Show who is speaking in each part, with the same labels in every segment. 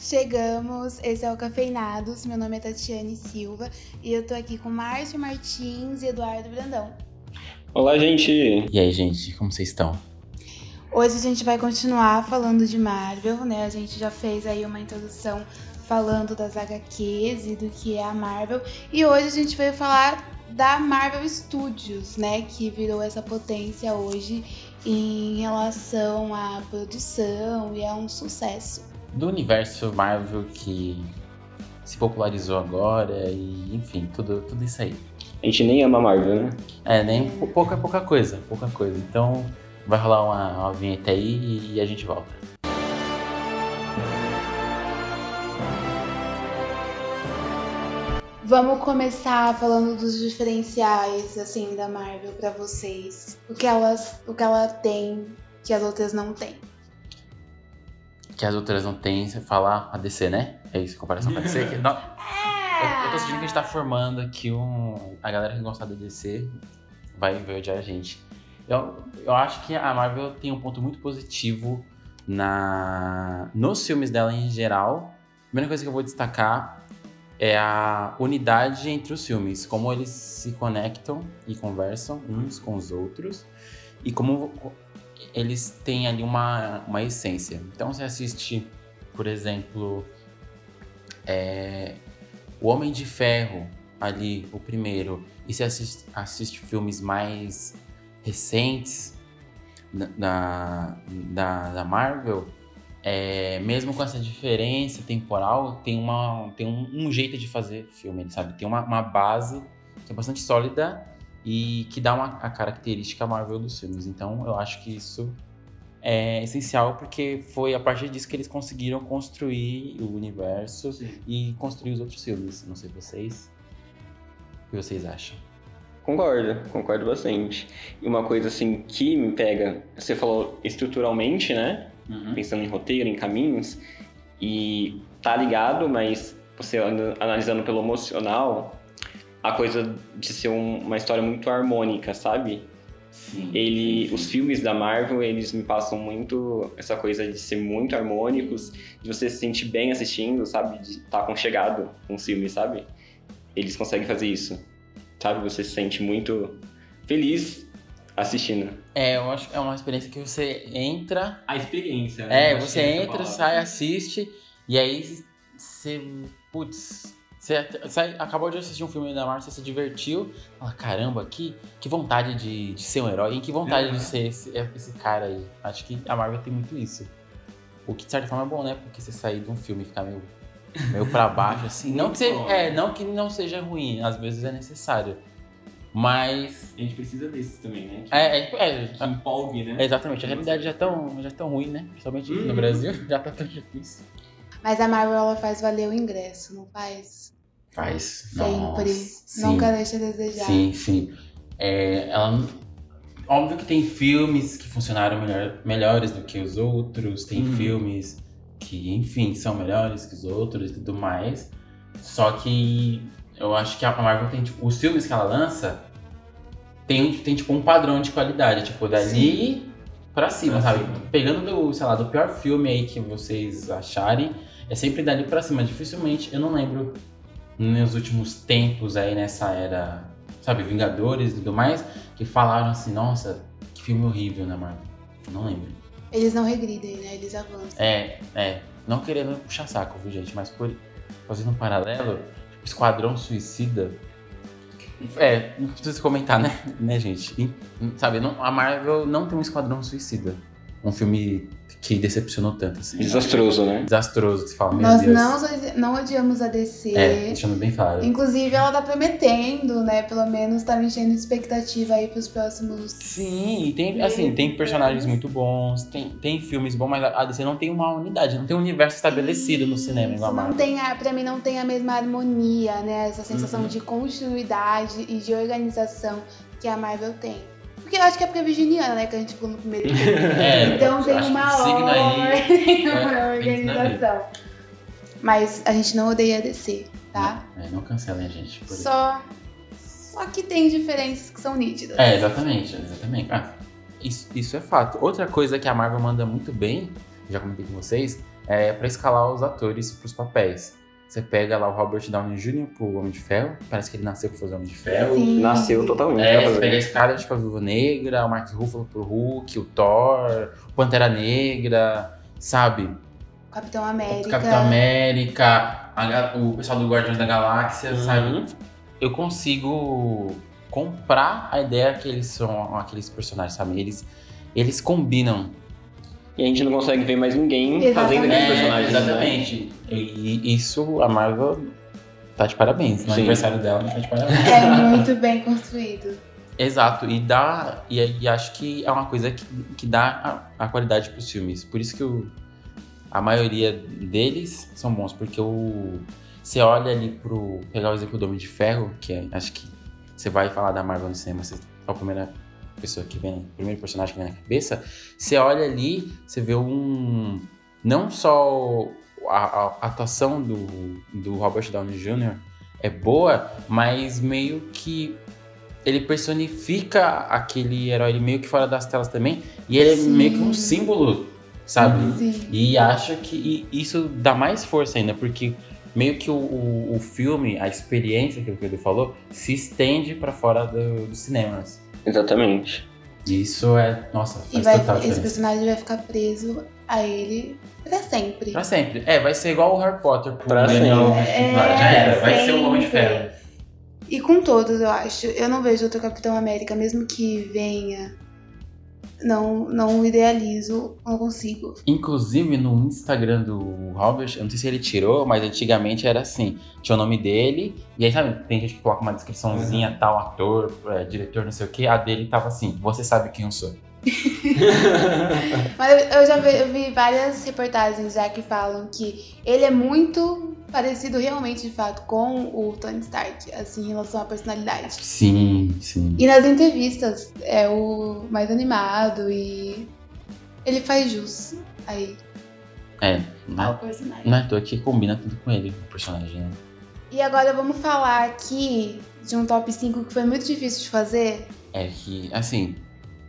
Speaker 1: Chegamos, esse é o Cafeinados, meu nome é Tatiane Silva e eu tô aqui com Márcio Martins e Eduardo Brandão.
Speaker 2: Olá, gente!
Speaker 3: E aí, gente, como vocês estão?
Speaker 1: Hoje a gente vai continuar falando de Marvel, né? A gente já fez aí uma introdução falando das HQs e do que é a Marvel. E hoje a gente veio falar da Marvel Studios, né? Que virou essa potência hoje em relação à produção e é um sucesso.
Speaker 3: Do universo Marvel que se popularizou agora e, enfim, tudo, tudo isso aí.
Speaker 2: A gente nem ama Marvel, né?
Speaker 3: É, nem pou- pouca, pouca coisa, pouca coisa. Então, vai rolar uma, uma vinheta aí e a gente volta.
Speaker 1: Vamos começar falando dos diferenciais assim da Marvel pra vocês. O que elas, o que ela tem que as outras não têm.
Speaker 3: Que as outras não têm, você fala a DC, né? É isso, comparação com a DC? Que- não, eu, eu tô sentindo que a gente tá formando aqui um... A galera que gosta da DC vai, vai odiar a gente. Eu, eu acho que a Marvel tem um ponto muito positivo na nos filmes dela em geral. A primeira coisa que eu vou destacar é a unidade entre os filmes, como eles se conectam e conversam uns com os outros e como eles têm ali uma, uma essência. Então você assiste, por exemplo, é, O Homem de Ferro, ali, o primeiro, e você assiste, assiste filmes mais recentes da- da, da, da Marvel, é, mesmo com essa diferença temporal, tem, uma, tem um, um jeito de fazer filme, sabe? Tem uma, uma base que é bastante sólida e que dá uma, a característica Marvel dos filmes. Então eu acho que isso é essencial porque foi a partir disso que eles conseguiram construir o universo e construir os outros filmes. Não sei vocês. O que vocês acham?
Speaker 2: Concordo, concordo bastante. E uma coisa assim que me pega, você falou estruturalmente, né? Pensando em roteiro, em caminhos, e tá ligado, mas você an- analisando pelo emocional, a coisa de ser um- uma história muito harmônica, sabe?
Speaker 3: Sim.
Speaker 2: ele os filmes da Marvel eles me passam muito essa coisa de ser muito harmônicos de você se sentir bem assistindo sabe de estar tá aconchegado com o filme sabe eles conseguem fazer isso sabe você se sente muito feliz assistindo
Speaker 3: É, eu acho que é uma experiência que você entra.
Speaker 4: A experiência, né?
Speaker 3: É,
Speaker 4: Acho
Speaker 3: você
Speaker 4: que essa
Speaker 3: entra,
Speaker 4: palavra.
Speaker 3: sai, assiste, e aí você. Putz. Você at- sai- acabou de assistir um filme da Marvel, você se divertiu. Fala, caramba, que, que vontade de, de ser um herói, e que vontade de ser esse, esse cara aí. Acho que a Marvel tem muito isso. O que de certa forma é bom, né? Porque você sair de um filme e ficar meio, meio pra baixo, assim. Não que, você-
Speaker 4: Muito bom.
Speaker 3: é, não que não seja ruim, às vezes é necessário. Mas.
Speaker 4: A gente precisa desses também, né? Que,
Speaker 3: É, é, é,
Speaker 4: que empolgue, né?
Speaker 3: é, Exatamente, a realidade já é tão, já é tão ruim, né? Principalmente aqui no
Speaker 4: Uhum.
Speaker 3: Brasil, já tá tão difícil.
Speaker 1: Mas a Marvel ela faz valer o ingresso, não faz?
Speaker 3: Faz.
Speaker 1: Sempre. Nunca deixa a desejar.
Speaker 3: Sim, sim. É, ela- Óbvio que tem filmes que funcionaram melhor- melhores do que os outros, tem
Speaker 4: Uhum.
Speaker 3: filmes que, enfim, são melhores que os outros e tudo mais. Só que eu acho que a Marvel tem, tipo, os filmes que ela lança tem, tem tipo, um padrão de qualidade, tipo, dali pra cima,
Speaker 4: Pra
Speaker 3: sabe?
Speaker 4: cima.
Speaker 3: Pegando do, sei lá, do pior filme aí que vocês acharem, é sempre dali pra cima. Dificilmente, eu não lembro nos últimos tempos aí nessa era, sabe, Vingadores e tudo mais, que falaram assim, nossa, que filme horrível, né, Marvel? Não lembro.
Speaker 1: Eles não regridem, né? Eles avançam.
Speaker 3: É, é, não querendo puxar saco, viu, gente, mas por, fazendo um paralelo, tipo, Esquadrão Suicida. É, não precisa comentar, né, né, gente? E, sabe, não- a Marvel não tem um Esquadrão Suicida. Um filme que decepcionou tanto, assim.
Speaker 2: desastroso né
Speaker 3: Desastroso, que você fala, meu
Speaker 1: Nós
Speaker 3: Deus.
Speaker 1: não, odi- não odiamos a DC.
Speaker 3: É, deixando bem claro.
Speaker 1: Inclusive, ela tá prometendo, né? Pelo menos tá me enchendo de expectativa aí pros próximos.
Speaker 3: Sim, e tem, assim, tem personagens muito bons, tem, tem filmes bons, mas a DC não tem uma unidade, não tem um universo estabelecido no
Speaker 1: Isso
Speaker 3: cinema igual a
Speaker 1: não
Speaker 3: Marvel.
Speaker 1: tem a, pra mim não tem a mesma harmonia, né? Essa sensação
Speaker 4: Uhum.
Speaker 1: de continuidade e de organização que a Marvel tem. Porque eu acho que é porque é virginiana, né? Que a gente falou no primeiro episódio.
Speaker 3: É,
Speaker 1: Então tem
Speaker 3: acho que
Speaker 1: uma
Speaker 3: esse signo aí-
Speaker 1: ordem, uma
Speaker 3: é, tem nada a ver.
Speaker 1: organização. Mas a gente não odeia descer, tá?
Speaker 3: É, não cancelem a gente. Por isso.
Speaker 1: Só, só que tem diferenças que são nítidas.
Speaker 3: É, exatamente, exatamente. Ah, isso, isso é fato. Outra coisa que a Marvel manda muito bem, já comentei com vocês, é, para escalar os atores para os papéis. Você pega lá o Robert Downey Jr. pro Homem de Ferro, parece que ele nasceu pra fazer Homem de Ferro.
Speaker 1: Sim.
Speaker 2: Nasceu totalmente.
Speaker 3: É,
Speaker 2: né,
Speaker 3: você
Speaker 2: fazer
Speaker 3: pega a
Speaker 2: isso.
Speaker 3: Scarlett pra Viúva Negra, o Mark Ruffalo pro Hulk, o Thor, o Pantera Negra, sabe?
Speaker 1: Capitão América.
Speaker 3: O Capitão América, a ga- o pessoal do Guardiões da Galáxia,
Speaker 2: Uhum.
Speaker 3: sabe? Eu consigo comprar a ideia que eles são aqueles personagens, sabe? Eles, eles combinam.
Speaker 2: E a gente não consegue ver mais ninguém
Speaker 1: Exatamente.
Speaker 2: fazendo aqueles
Speaker 1: É,
Speaker 2: personagens. né?
Speaker 3: E isso a Marvel tá de parabéns. No
Speaker 2: Sim.
Speaker 3: aniversário dela, a gente tá de parabéns.
Speaker 1: É muito bem construído.
Speaker 3: Exato, e dá. E, e acho que é uma coisa que, que dá a, a qualidade pros filmes. Por isso que o- a maioria deles são bons, porque o. Você olha ali pro. Pegar o exemplo do Homem de Ferro, que é- acho que você vai falar da Marvel no cinema, você é a primeira pessoa que vem, o primeiro personagem que vem na cabeça. Você olha ali, você vê um. Não só a, a atuação do, do Robert Downey Jr. é boa, mas meio que ele personifica aquele herói ele meio que fora das telas também, e ele
Speaker 1: Sim. Uhum.
Speaker 3: é meio que um símbolo, sabe?
Speaker 1: Sim.
Speaker 3: E acho que i- isso dá mais força ainda, porque meio que o, o, o filme, a experiência, aquilo que ele falou, se estende pra fora do- dos cinemas.
Speaker 2: Exatamente.
Speaker 3: E Isso é, nossa,
Speaker 1: E
Speaker 3: faz
Speaker 1: vai,
Speaker 3: total
Speaker 1: esse
Speaker 3: diferença.
Speaker 1: personagem vai ficar preso a ele pra sempre.
Speaker 3: Pra sempre. É, vai ser igual o Harry Potter. pro
Speaker 2: Pra sempre.
Speaker 3: Daniel Radcliffe. Já era, Então, vai ser o Homem de
Speaker 1: É, sempre.
Speaker 3: Ferro.
Speaker 1: E com todos, eu acho. Eu não vejo outro Capitão América, mesmo que venha. Não, não idealizo, não consigo.
Speaker 3: Inclusive no Instagram do Robert, eu não sei se ele tirou, mas antigamente era assim: tinha o nome dele, e aí sabe, tem gente que coloca uma descriçãozinha,
Speaker 2: Uhum.
Speaker 3: tal, ator, é, diretor, não sei o que, a dele tava assim: você sabe quem eu sou.
Speaker 1: Mas eu já vi, eu vi várias reportagens já que falam que ele é muito parecido realmente, de fato, com o Tony Stark, assim, em relação à personalidade.
Speaker 3: Sim, sim.
Speaker 1: E nas entrevistas é o mais animado e ele faz jus aí
Speaker 3: É, não é,
Speaker 1: ao personagem.
Speaker 3: não é à toa que combina tudo com ele, o personagem, né?
Speaker 1: E agora vamos falar aqui de um top 5 que foi muito difícil de fazer.
Speaker 3: É que, assim,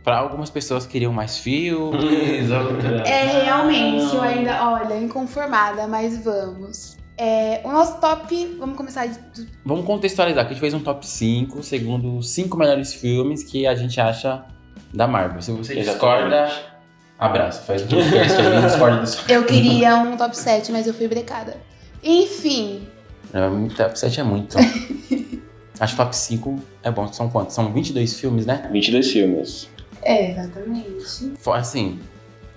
Speaker 3: pra algumas pessoas queriam mais filmes, outras.
Speaker 1: É realmente, eu
Speaker 4: Não.
Speaker 1: ainda, olha, inconformada, mas vamos. É, o nosso top, vamos começar de, do-
Speaker 3: Vamos contextualizar, que a gente fez um top 5, segundo os 5 melhores filmes que a gente acha da Marvel. Se você discorda,
Speaker 2: Exatamente.
Speaker 3: abraço, faz um o podcast aí, discorda disso.
Speaker 1: Eu queria um top 7, mas eu fui brecada. Enfim,
Speaker 3: É, muito- top 7 é muito. Acho que top 5 é bom, são quantos? São 22 filmes, né?
Speaker 2: 22 filmes.
Speaker 1: é exatamente.
Speaker 3: Fo- Assim,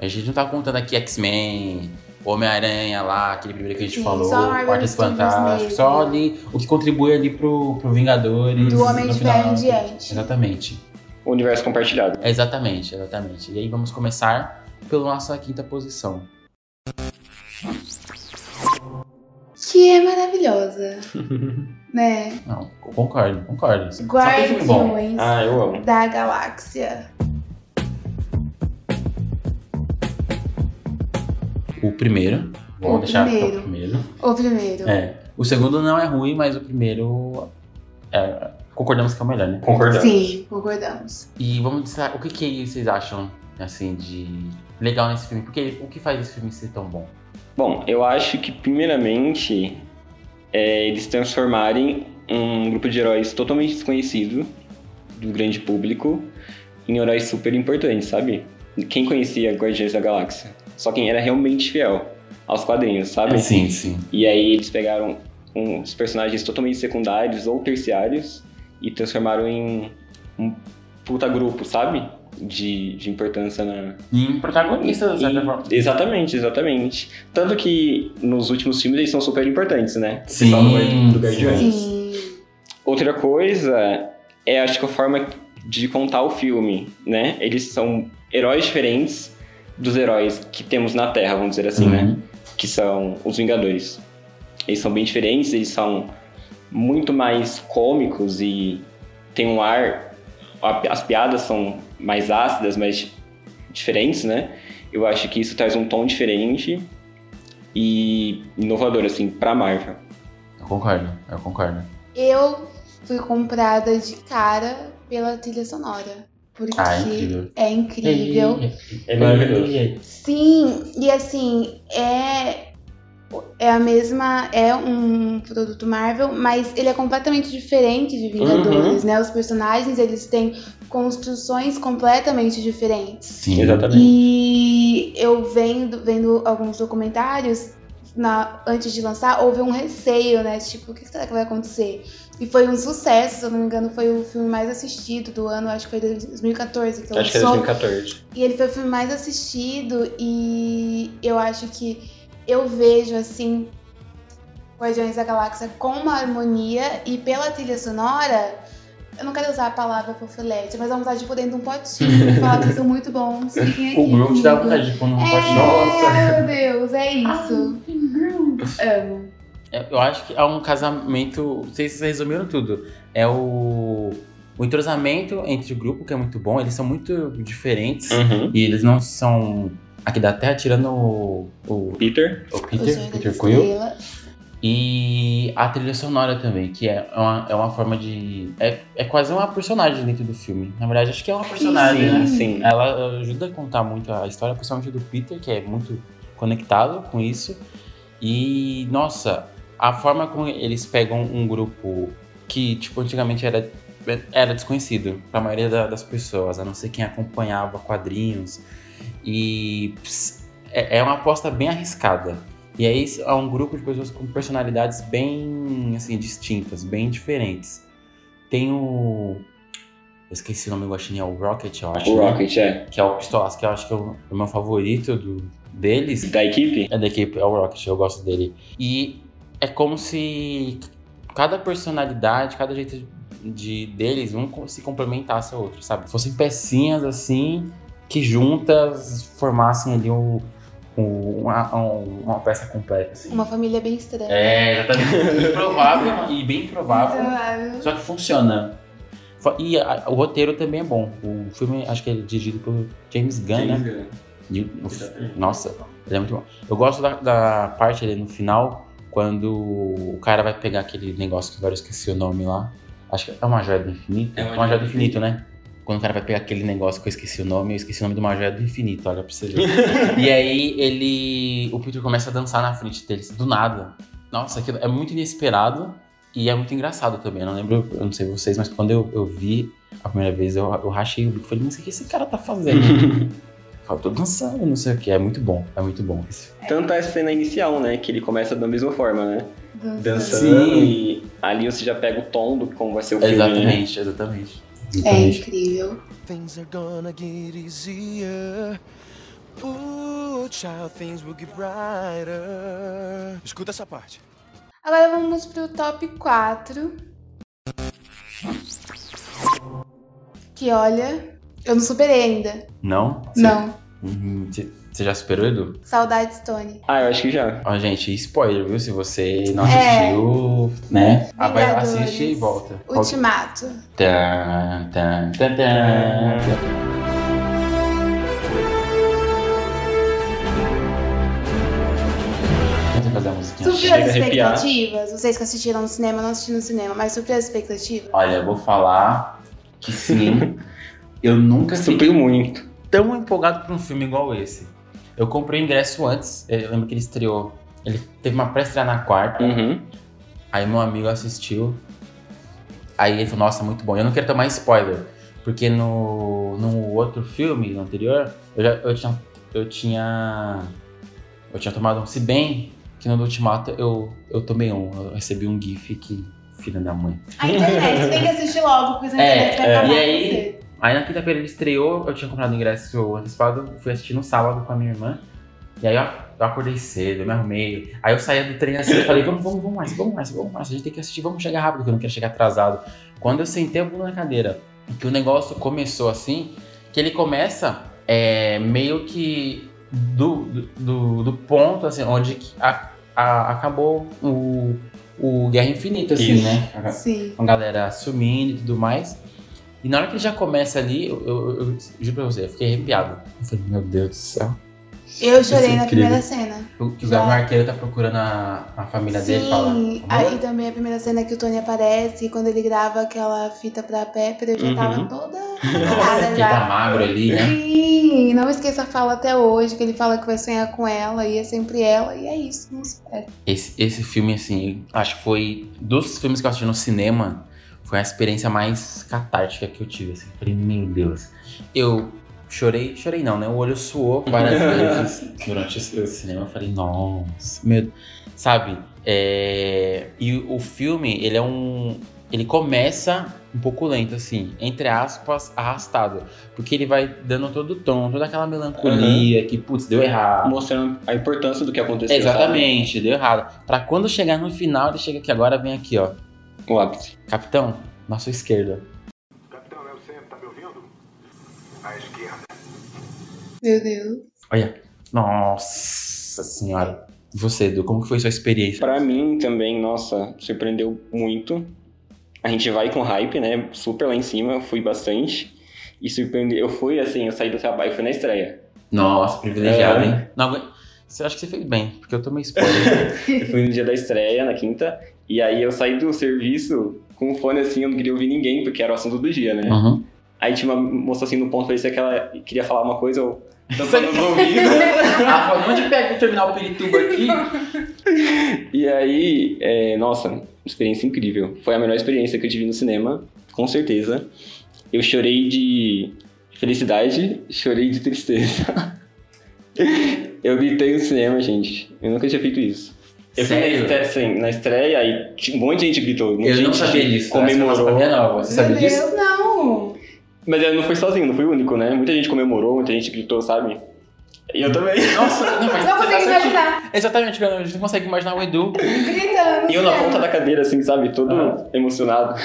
Speaker 3: a gente não tá contando aqui X-Men, Homem-Aranha lá, aquele primeiro que a gente
Speaker 1: Sim,
Speaker 3: falou,
Speaker 1: só Marvel
Speaker 3: Quarteto
Speaker 1: nos filmes
Speaker 3: Fantástico,
Speaker 1: mesmo.
Speaker 3: só ali o que contribui ali pro, pro Vingadores.
Speaker 1: Do Homem
Speaker 3: no
Speaker 1: de Ferro em
Speaker 3: final.
Speaker 1: diante.
Speaker 3: Exatamente.
Speaker 2: O universo compartilhado.
Speaker 3: Exatamente, exatamente. E aí vamos começar pela nossa quinta posição.
Speaker 1: Que é maravilhosa, né?
Speaker 3: Não, eu concordo, concordo. Só tem filme bom.
Speaker 1: Guardiões
Speaker 2: ah, eu amo.
Speaker 1: da Galáxia.
Speaker 3: O primeiro, vou
Speaker 1: O
Speaker 3: deixar que é
Speaker 1: primeiro.
Speaker 3: o primeiro.
Speaker 1: O primeiro.
Speaker 3: É. O segundo não é ruim, mas o primeiro é, concordamos que é o melhor, né?
Speaker 2: Concordamos.
Speaker 1: Sim, concordamos.
Speaker 3: E vamos destacar, o que, que vocês acham, assim, de legal nesse filme? Porque o que faz esse filme ser tão bom?
Speaker 2: Bom, eu acho que primeiramente é eles transformarem um grupo de heróis totalmente desconhecido do grande público em heróis super importantes, sabe? Quem conhecia Guardiões da Galáxia? Só quem era realmente fiel aos quadrinhos, sabe?
Speaker 3: sim, sim.
Speaker 2: E aí eles pegaram uns personagens totalmente secundários ou terciários e transformaram em um puta grupo, sabe? De, de importância na,
Speaker 3: E um protagonista, de certa
Speaker 2: e-
Speaker 3: forma.
Speaker 2: Exatamente, exatamente. Tanto que nos últimos filmes eles são super importantes, né?
Speaker 3: Sim,
Speaker 2: Só no- do
Speaker 3: É
Speaker 2: Guardiões.
Speaker 1: Sim.
Speaker 2: Outra coisa é acho que a forma de contar o filme, né? Eles são heróis diferentes dos heróis que temos na Terra, vamos dizer assim, né? Que são os Vingadores. Eles são bem diferentes, eles são muito mais cômicos e tem um ar. a- As piadas são mais ácidas, mais di- diferentes, né? Eu acho que isso traz um tom diferente e inovador, assim, pra Marvel.
Speaker 3: Eu concordo, eu concordo.
Speaker 1: Eu fui comprada de cara pela trilha sonora. Porque
Speaker 3: Ah, é incrível.
Speaker 1: é incrível.
Speaker 2: É maravilhoso.
Speaker 1: Sim, e assim, é é a mesma, é um produto Marvel, mas ele é completamente diferente
Speaker 3: Uhum.
Speaker 1: de Vingadores, né? Os personagens, eles têm construções completamente diferentes.
Speaker 3: Sim.
Speaker 2: Exatamente.
Speaker 1: E eu vendo, vendo alguns documentários, na- antes de lançar, houve um receio, né? Tipo, o que será que vai acontecer? E foi um sucesso, se eu não me engano, foi o filme mais assistido do ano, acho que foi 2014 que lançou.
Speaker 2: Acho que é 2014.
Speaker 1: E ele foi o filme mais assistido e eu acho que eu vejo assim Guardiões da Galáxia com uma harmonia e pela trilha sonora, eu não quero usar a palavra fofilete, mas dá vontade de pôr dentro de um potinho e falar que vocês são muito bons. Fiquem aqui
Speaker 3: O Groot dá
Speaker 1: comigo."
Speaker 3: vontade de pôr um num
Speaker 1: É,
Speaker 3: pote.
Speaker 1: meu Deus, é isso. Amo.
Speaker 3: É, Eu acho que é um casamento. Vocês resumiram tudo. É o, o entrosamento entre o grupo, que é muito bom. Eles são muito diferentes.
Speaker 2: Uhum.
Speaker 3: E eles não são aqui da Terra, tirando o, o,
Speaker 2: Peter.
Speaker 3: o
Speaker 1: O
Speaker 3: Peter,
Speaker 1: Senhor
Speaker 3: Peter
Speaker 1: das
Speaker 3: Quill.
Speaker 1: Estrelas.
Speaker 3: E a trilha sonora também, que é uma, é uma forma de. É, é quase uma personagem dentro do filme. Na verdade, acho que é uma personagem, né?
Speaker 2: Sim, Ah, sim.
Speaker 3: Ela ajuda a contar muito a história, principalmente do Peter, que é muito conectado com isso. E, nossa, a forma como eles pegam um grupo que, tipo, antigamente era, era desconhecido para a maioria da- das pessoas, a não ser quem acompanhava quadrinhos. E ps, é, é uma aposta bem arriscada. E aí é um grupo de pessoas com personalidades bem, assim, distintas, bem diferentes. Tem o... Eu esqueci o nome do guaxinim, é o Rocket, eu acho.
Speaker 2: O
Speaker 3: né?
Speaker 2: Rocket, é.
Speaker 3: que é o Pistolas, que eu acho que é o o meu favorito do, deles.
Speaker 2: Da equipe?
Speaker 3: É da equipe, é o Rocket, eu gosto dele. E é como se cada personalidade, cada jeito de deles, um co- se complementasse ao outro, sabe? Fossem pecinhas assim, que juntas formassem ali um, um- uma, um- uma peça completa. assim.
Speaker 1: Uma família bem estranha.
Speaker 3: É, exatamente. Improvável e bem provável.
Speaker 1: Provável.
Speaker 3: Só que funciona. Fo- E a- o roteiro também é bom. O filme, acho que é dirigido pelo James Gunn, né?
Speaker 4: James Gunn.
Speaker 3: E o-
Speaker 4: Exatamente.
Speaker 3: nossa, ele é muito bom. Eu gosto da, da parte ali no final, quando o cara vai pegar aquele negócio que agora eu esqueci o nome lá. Acho que é uma joia do infinito. É uma joia do infinito, né? Quando o cara vai pegar aquele negócio que eu esqueci o nome, eu esqueci o nome de uma joia do infinito, olha pra você ver. e aí ele. O Peter começa a dançar na frente deles, do nada. Nossa, aquilo é muito inesperado e é muito engraçado também. Eu não lembro, eu não sei vocês, mas quando eu, eu vi a primeira vez, eu, eu rachei o bico e falei, mas o que esse cara tá fazendo? Fala, tô dançando, não sei o que. É muito bom, é muito bom. Esse-
Speaker 2: Tanto a cena inicial, né? Que ele começa da mesma forma, né?
Speaker 1: Dançando.
Speaker 2: Dançando
Speaker 3: Sim.
Speaker 2: e ali você já pega o tom do como vai ser o filme, né?
Speaker 3: Exatamente, exatamente.
Speaker 1: É
Speaker 3: Exatamente.
Speaker 1: incrível.
Speaker 5: Things are gonna get easier. Ooh, child, things will get brighter. Escuta essa parte.
Speaker 1: Agora vamos pro top 4. Que olha, eu não superei ainda.
Speaker 3: Não?
Speaker 1: Não.
Speaker 3: Você já superou, Edu?
Speaker 1: Saudades, Tony.
Speaker 2: Ah, eu acho que já.
Speaker 3: Ó, gente, spoiler, viu? Se você não
Speaker 1: É.
Speaker 3: assistiu, né? Ah, vai lá,
Speaker 1: Vingadores.
Speaker 3: assiste e volta.
Speaker 1: Ultimato.
Speaker 3: Tan, tan, tan, tan. Tenta fazer a musiquinha.
Speaker 1: Supriu as
Speaker 2: chega a arrepiar.
Speaker 1: expectativas? Vocês que assistiram no cinema, não assistiram no cinema, mas supriu as expectativas?
Speaker 3: Olha, eu vou falar que sim. Eu nunca fiquei
Speaker 2: Supriu muito.
Speaker 3: tão empolgado por um filme igual esse. Eu comprei o ingresso antes, eu lembro que ele estreou. Ele teve uma pré-estreia na quarta,
Speaker 2: Uhum.
Speaker 3: aí meu amigo assistiu. Aí ele falou, nossa, é muito bom. Eu não quero tomar spoiler, porque no, no outro filme, no anterior, eu, já, eu, tinha, eu tinha. Eu tinha tomado um. Se bem que no do Ultimato eu, eu tomei um. Eu recebi um GIF que. Filha da mãe.
Speaker 1: A internet, tem que assistir logo, porque senão a
Speaker 3: É,
Speaker 1: internet vai
Speaker 3: é.
Speaker 1: acabar
Speaker 3: E
Speaker 1: com
Speaker 3: aí?
Speaker 1: você.
Speaker 3: Aí na quinta-feira ele estreou, eu tinha comprado ingresso antecipado, fui assistir no sábado com a minha irmã. E aí eu, eu acordei cedo, eu me arrumei. Aí eu saía do trem assim e falei, vamos, vamos, vamos mais, vamos mais, vamos mais. A gente tem que assistir, vamos chegar rápido, que eu não quero chegar atrasado. Quando eu sentei a bunda na cadeira, que o negócio começou assim, que ele começa é, meio que do, do- do, do ponto, assim, onde que a- a- acabou o, o Guerra Infinita, assim,
Speaker 2: Isso.
Speaker 3: né?
Speaker 1: Sim.
Speaker 3: com a galera sumindo e tudo mais. E na hora que ele já começa ali, eu, eu- eu juro pra você, eu fiquei arrepiado. Eu falei, meu Deus do céu.
Speaker 1: Eu
Speaker 3: Isso é
Speaker 1: chorei na
Speaker 3: incrível.
Speaker 1: primeira cena.
Speaker 3: O, que o
Speaker 1: Já.
Speaker 3: Gavião Arqueiro tá procurando a, a família dele e fala.
Speaker 1: Sim,
Speaker 3: "Amor?"
Speaker 1: aí também a primeira cena que o Tony aparece, quando ele grava aquela fita pra Pepper, eu já tava
Speaker 2: Uhum.
Speaker 1: toda Nada
Speaker 3: que tá magro ali, né?
Speaker 1: Sim, não esqueça a fala até hoje, que ele fala que vai sonhar com ela e é sempre ela, e é isso, não se perde.
Speaker 3: Esse, esse filme, assim, acho que foi. Dos filmes que eu assisti no cinema, foi a experiência mais catártica que eu tive. Assim, Eu falei, meu Deus. Eu chorei, chorei não, né? O olho suou várias vezes durante esse esse cinema. Eu falei, nossa, meu. Sabe? é, E o filme, ele é um. Ele começa um pouco lento, assim, entre aspas, arrastado. Porque ele vai dando todo o tom, toda aquela melancolia que, putz, deu errado.
Speaker 2: Mostrando a importância do que aconteceu.
Speaker 3: Exatamente, deu errado. Pra quando chegar no final, ele chega aqui agora, vem aqui, ó.
Speaker 2: sabe? O ápice.
Speaker 3: Capitão, na sua esquerda.
Speaker 6: Capitão, é o Sam, tá me ouvindo? À esquerda.
Speaker 1: Meu Deus.
Speaker 3: Olha. Nossa senhora. Você, Edu, como que foi sua experiência?
Speaker 2: Pra mim também, nossa, surpreendeu muito. A gente vai com hype, né? Super lá em cima, eu fui bastante. E surpreendeu. Eu fui assim, eu saí do trabalho, fui na estreia.
Speaker 3: Nossa, privilegiado,
Speaker 2: É.
Speaker 3: hein? Não, aguento- você acha que você fez bem, porque eu tomei spoiler.
Speaker 2: Eu fui no dia da estreia, na quinta. E aí eu saí do serviço com o fone assim, eu não queria ouvir ninguém, porque era o assunto do dia, né?
Speaker 3: uhum.
Speaker 2: Aí tinha uma moça assim no ponto, parecia que ela queria falar uma coisa, eu tampando os ouvidos.
Speaker 3: ah, falou, onde pega o terminal Pirituba aqui?
Speaker 2: E aí, é, nossa, experiência incrível. Foi a melhor experiência que eu tive no cinema, com certeza. Eu chorei de felicidade, chorei de tristeza. eu gritei no cinema, gente. Eu nunca tinha feito isso. Eu fui na
Speaker 3: Sério?
Speaker 2: estreia, sim, na estreia aí tinha um monte de gente gritou, um monte de
Speaker 3: Eu não
Speaker 2: gente
Speaker 3: sabia disso.
Speaker 2: comemorou.
Speaker 3: Essa é uma nova. Você sabia
Speaker 1: Meu
Speaker 3: disso?
Speaker 1: Deus, não.
Speaker 2: Mas eu não fui sozinho, não fui o único, né? Muita gente comemorou, muita gente gritou, sabe? E eu também.
Speaker 3: Nossa, não,
Speaker 1: Não
Speaker 3: mas você tá
Speaker 1: consigo
Speaker 3: sentindo-
Speaker 1: imaginar.
Speaker 3: Exatamente, cara, a gente não consegue imaginar o Edu.
Speaker 1: Gritando.
Speaker 2: E eu na
Speaker 1: cara.
Speaker 2: ponta da cadeira, assim, sabe? Todo
Speaker 4: Ah.
Speaker 2: emocionado.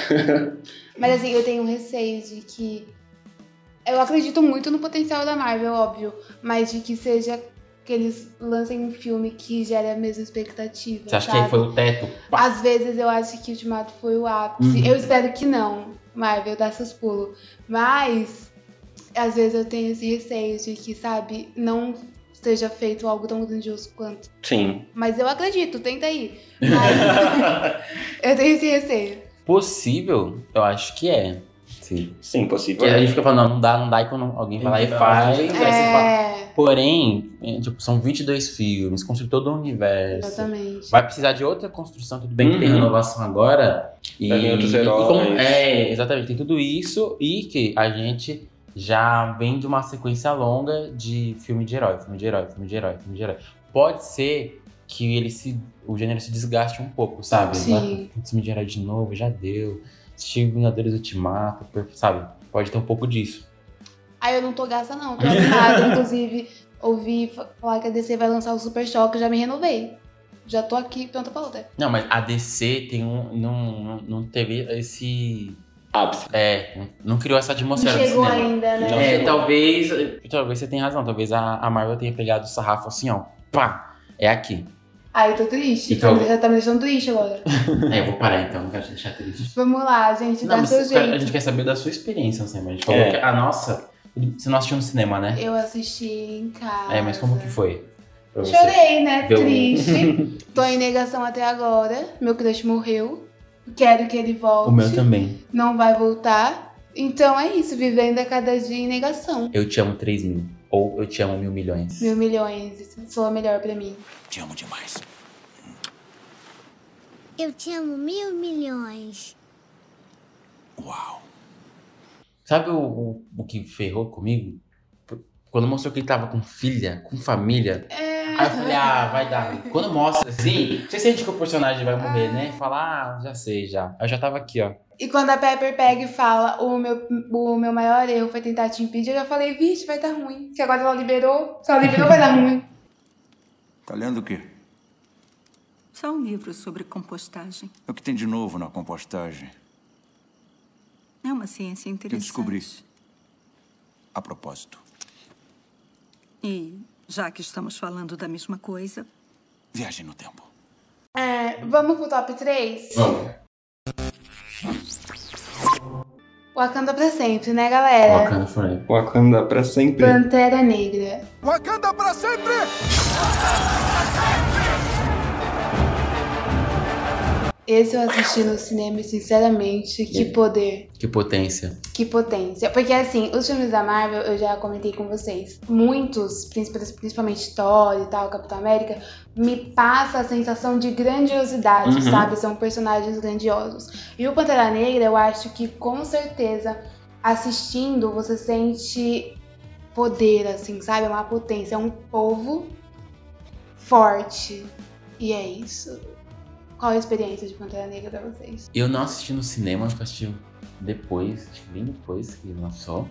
Speaker 1: Mas assim, eu tenho receio de que. Eu acredito muito no potencial da Marvel, óbvio. Mas de que seja que eles lancem um filme que gere a mesma expectativa.
Speaker 3: Você acha que
Speaker 1: sabe?
Speaker 3: aí foi o teto?
Speaker 1: Às vezes eu acho que Ultimato foi o ápice.
Speaker 3: Uhum.
Speaker 1: Eu espero que não, Marvel, dá seus pulos. Mas, às vezes eu tenho esse receio de que, sabe, não seja feito algo tão grandioso quanto.
Speaker 2: Sim.
Speaker 1: Mas eu acredito, tenta aí. Mas eu tenho esse receio.
Speaker 3: Possível? Eu acho que é. Sim.
Speaker 2: Sim, possível.
Speaker 3: Que a gente fica falando, não, não dá, não dá, e quando alguém vai lá e
Speaker 4: Não,
Speaker 3: faz.
Speaker 4: não dá.
Speaker 3: aí você fala.
Speaker 1: É,
Speaker 3: Porém, é, tipo, são 22 filmes, construiu todo o universo.
Speaker 1: exatamente.
Speaker 3: Vai precisar de outra construção, tudo bem que tem
Speaker 2: Uhum.
Speaker 3: renovação agora. E,
Speaker 2: Vai vir outros heróis.
Speaker 3: e como- é, exatamente, tem tudo isso e que a gente já vem de uma sequência longa de filme de herói, filme de herói, filme de herói, filme de herói. Pode ser que ele se. o gênero se desgaste um pouco, sabe?
Speaker 1: Sim.
Speaker 3: Vai- um Filme de herói de novo, já deu. Steve Vingadores Ultimato, per- sabe? Pode ter um pouco disso.
Speaker 1: Aí eu não tô gasta, não. Tô animada, inclusive. Ouvi fa- falar que a DC vai lançar o Super Choque, já me renovei. Já tô aqui, pronta pra outra.
Speaker 3: Não, mas a DC tem um. Não, não, não teve esse.
Speaker 2: Ápice.
Speaker 3: É, não- não criou essa atmosfera
Speaker 1: Não
Speaker 3: do
Speaker 1: chegou
Speaker 3: cinema.
Speaker 1: ainda, né?
Speaker 2: Não
Speaker 3: É,
Speaker 2: chegou.
Speaker 3: talvez. Talvez você tenha razão. Talvez a, a Marvel tenha pegado o sarrafo assim, ó. Pá! É aqui.
Speaker 1: Ai, eu tô triste.
Speaker 3: Então-
Speaker 1: Tá, me- tá me deixando triste agora.
Speaker 3: É, eu vou parar então, não quero te deixar triste.
Speaker 1: Vamos lá, gente,
Speaker 3: Não,
Speaker 1: dá
Speaker 3: mas
Speaker 1: seu
Speaker 3: eu quero- a
Speaker 1: jeito.
Speaker 3: gente quer saber da sua experiência no cinema. A gente falou
Speaker 2: É.
Speaker 3: que a nossa. Você não assistiu no cinema, né?
Speaker 1: Eu assisti em casa.
Speaker 3: É, mas como que foi? Pra você?
Speaker 1: Chorei, né?
Speaker 3: Deu-
Speaker 1: Triste. tô em negação até agora. Meu crush morreu. Quero que ele volte.
Speaker 3: O meu também.
Speaker 1: Não vai voltar. Então é isso, vivendo a cada dia em negação.
Speaker 3: Eu te amo 3 mil. Ou eu te amo mil milhões.
Speaker 1: Mil milhões, isso soa melhor pra mim.
Speaker 5: Te amo demais.
Speaker 7: Eu te amo mil milhões.
Speaker 5: Uau.
Speaker 3: Sabe o, o, o que ferrou comigo? Quando mostrou que ele tava com filha, com família,
Speaker 1: É.
Speaker 3: Aí eu falei, ah, vai dar. ruim. Quando mostra assim, você sente que o personagem vai morrer, né? Fala, ah, já sei, já. Eu já tava aqui, ó.
Speaker 1: E quando a Pepper pega e fala, o meu, o meu maior erro foi tentar te impedir, eu já falei, vixe, vai dar ruim. Que agora ela liberou, se ela liberou, vai dar ruim.
Speaker 5: Tá lendo o quê?
Speaker 8: Só um livro sobre compostagem.
Speaker 5: É o que tem de novo na compostagem.
Speaker 8: É uma ciência interessante.
Speaker 5: descobri. A propósito,
Speaker 8: E já que estamos falando da mesma coisa,
Speaker 5: viagem no tempo.
Speaker 1: É, vamos pro top 3?
Speaker 3: Vamos.
Speaker 1: Wakanda pra sempre, né, galera?
Speaker 3: Bacana, Forever.
Speaker 2: Wakanda pra sempre.
Speaker 1: Pantera Negra.
Speaker 5: Wakanda pra sempre!
Speaker 1: Esse eu assisti no cinema e, sinceramente, que poder.
Speaker 3: Que potência.
Speaker 1: Que potência. Porque assim, os filmes da Marvel, eu já comentei com vocês, muitos, princip- principalmente Thor e tal, Capitão América, me passa a sensação de grandiosidade,
Speaker 2: Uhum.
Speaker 1: sabe? São personagens grandiosos. E o Pantera Negra, eu acho que com certeza, assistindo, você sente poder, assim, sabe? É uma potência, é um povo forte. E é isso. Qual a experiência de Pantera Negra pra vocês?
Speaker 3: Eu não assisti no cinema, eu assisti depois, acho que bem depois que lançou.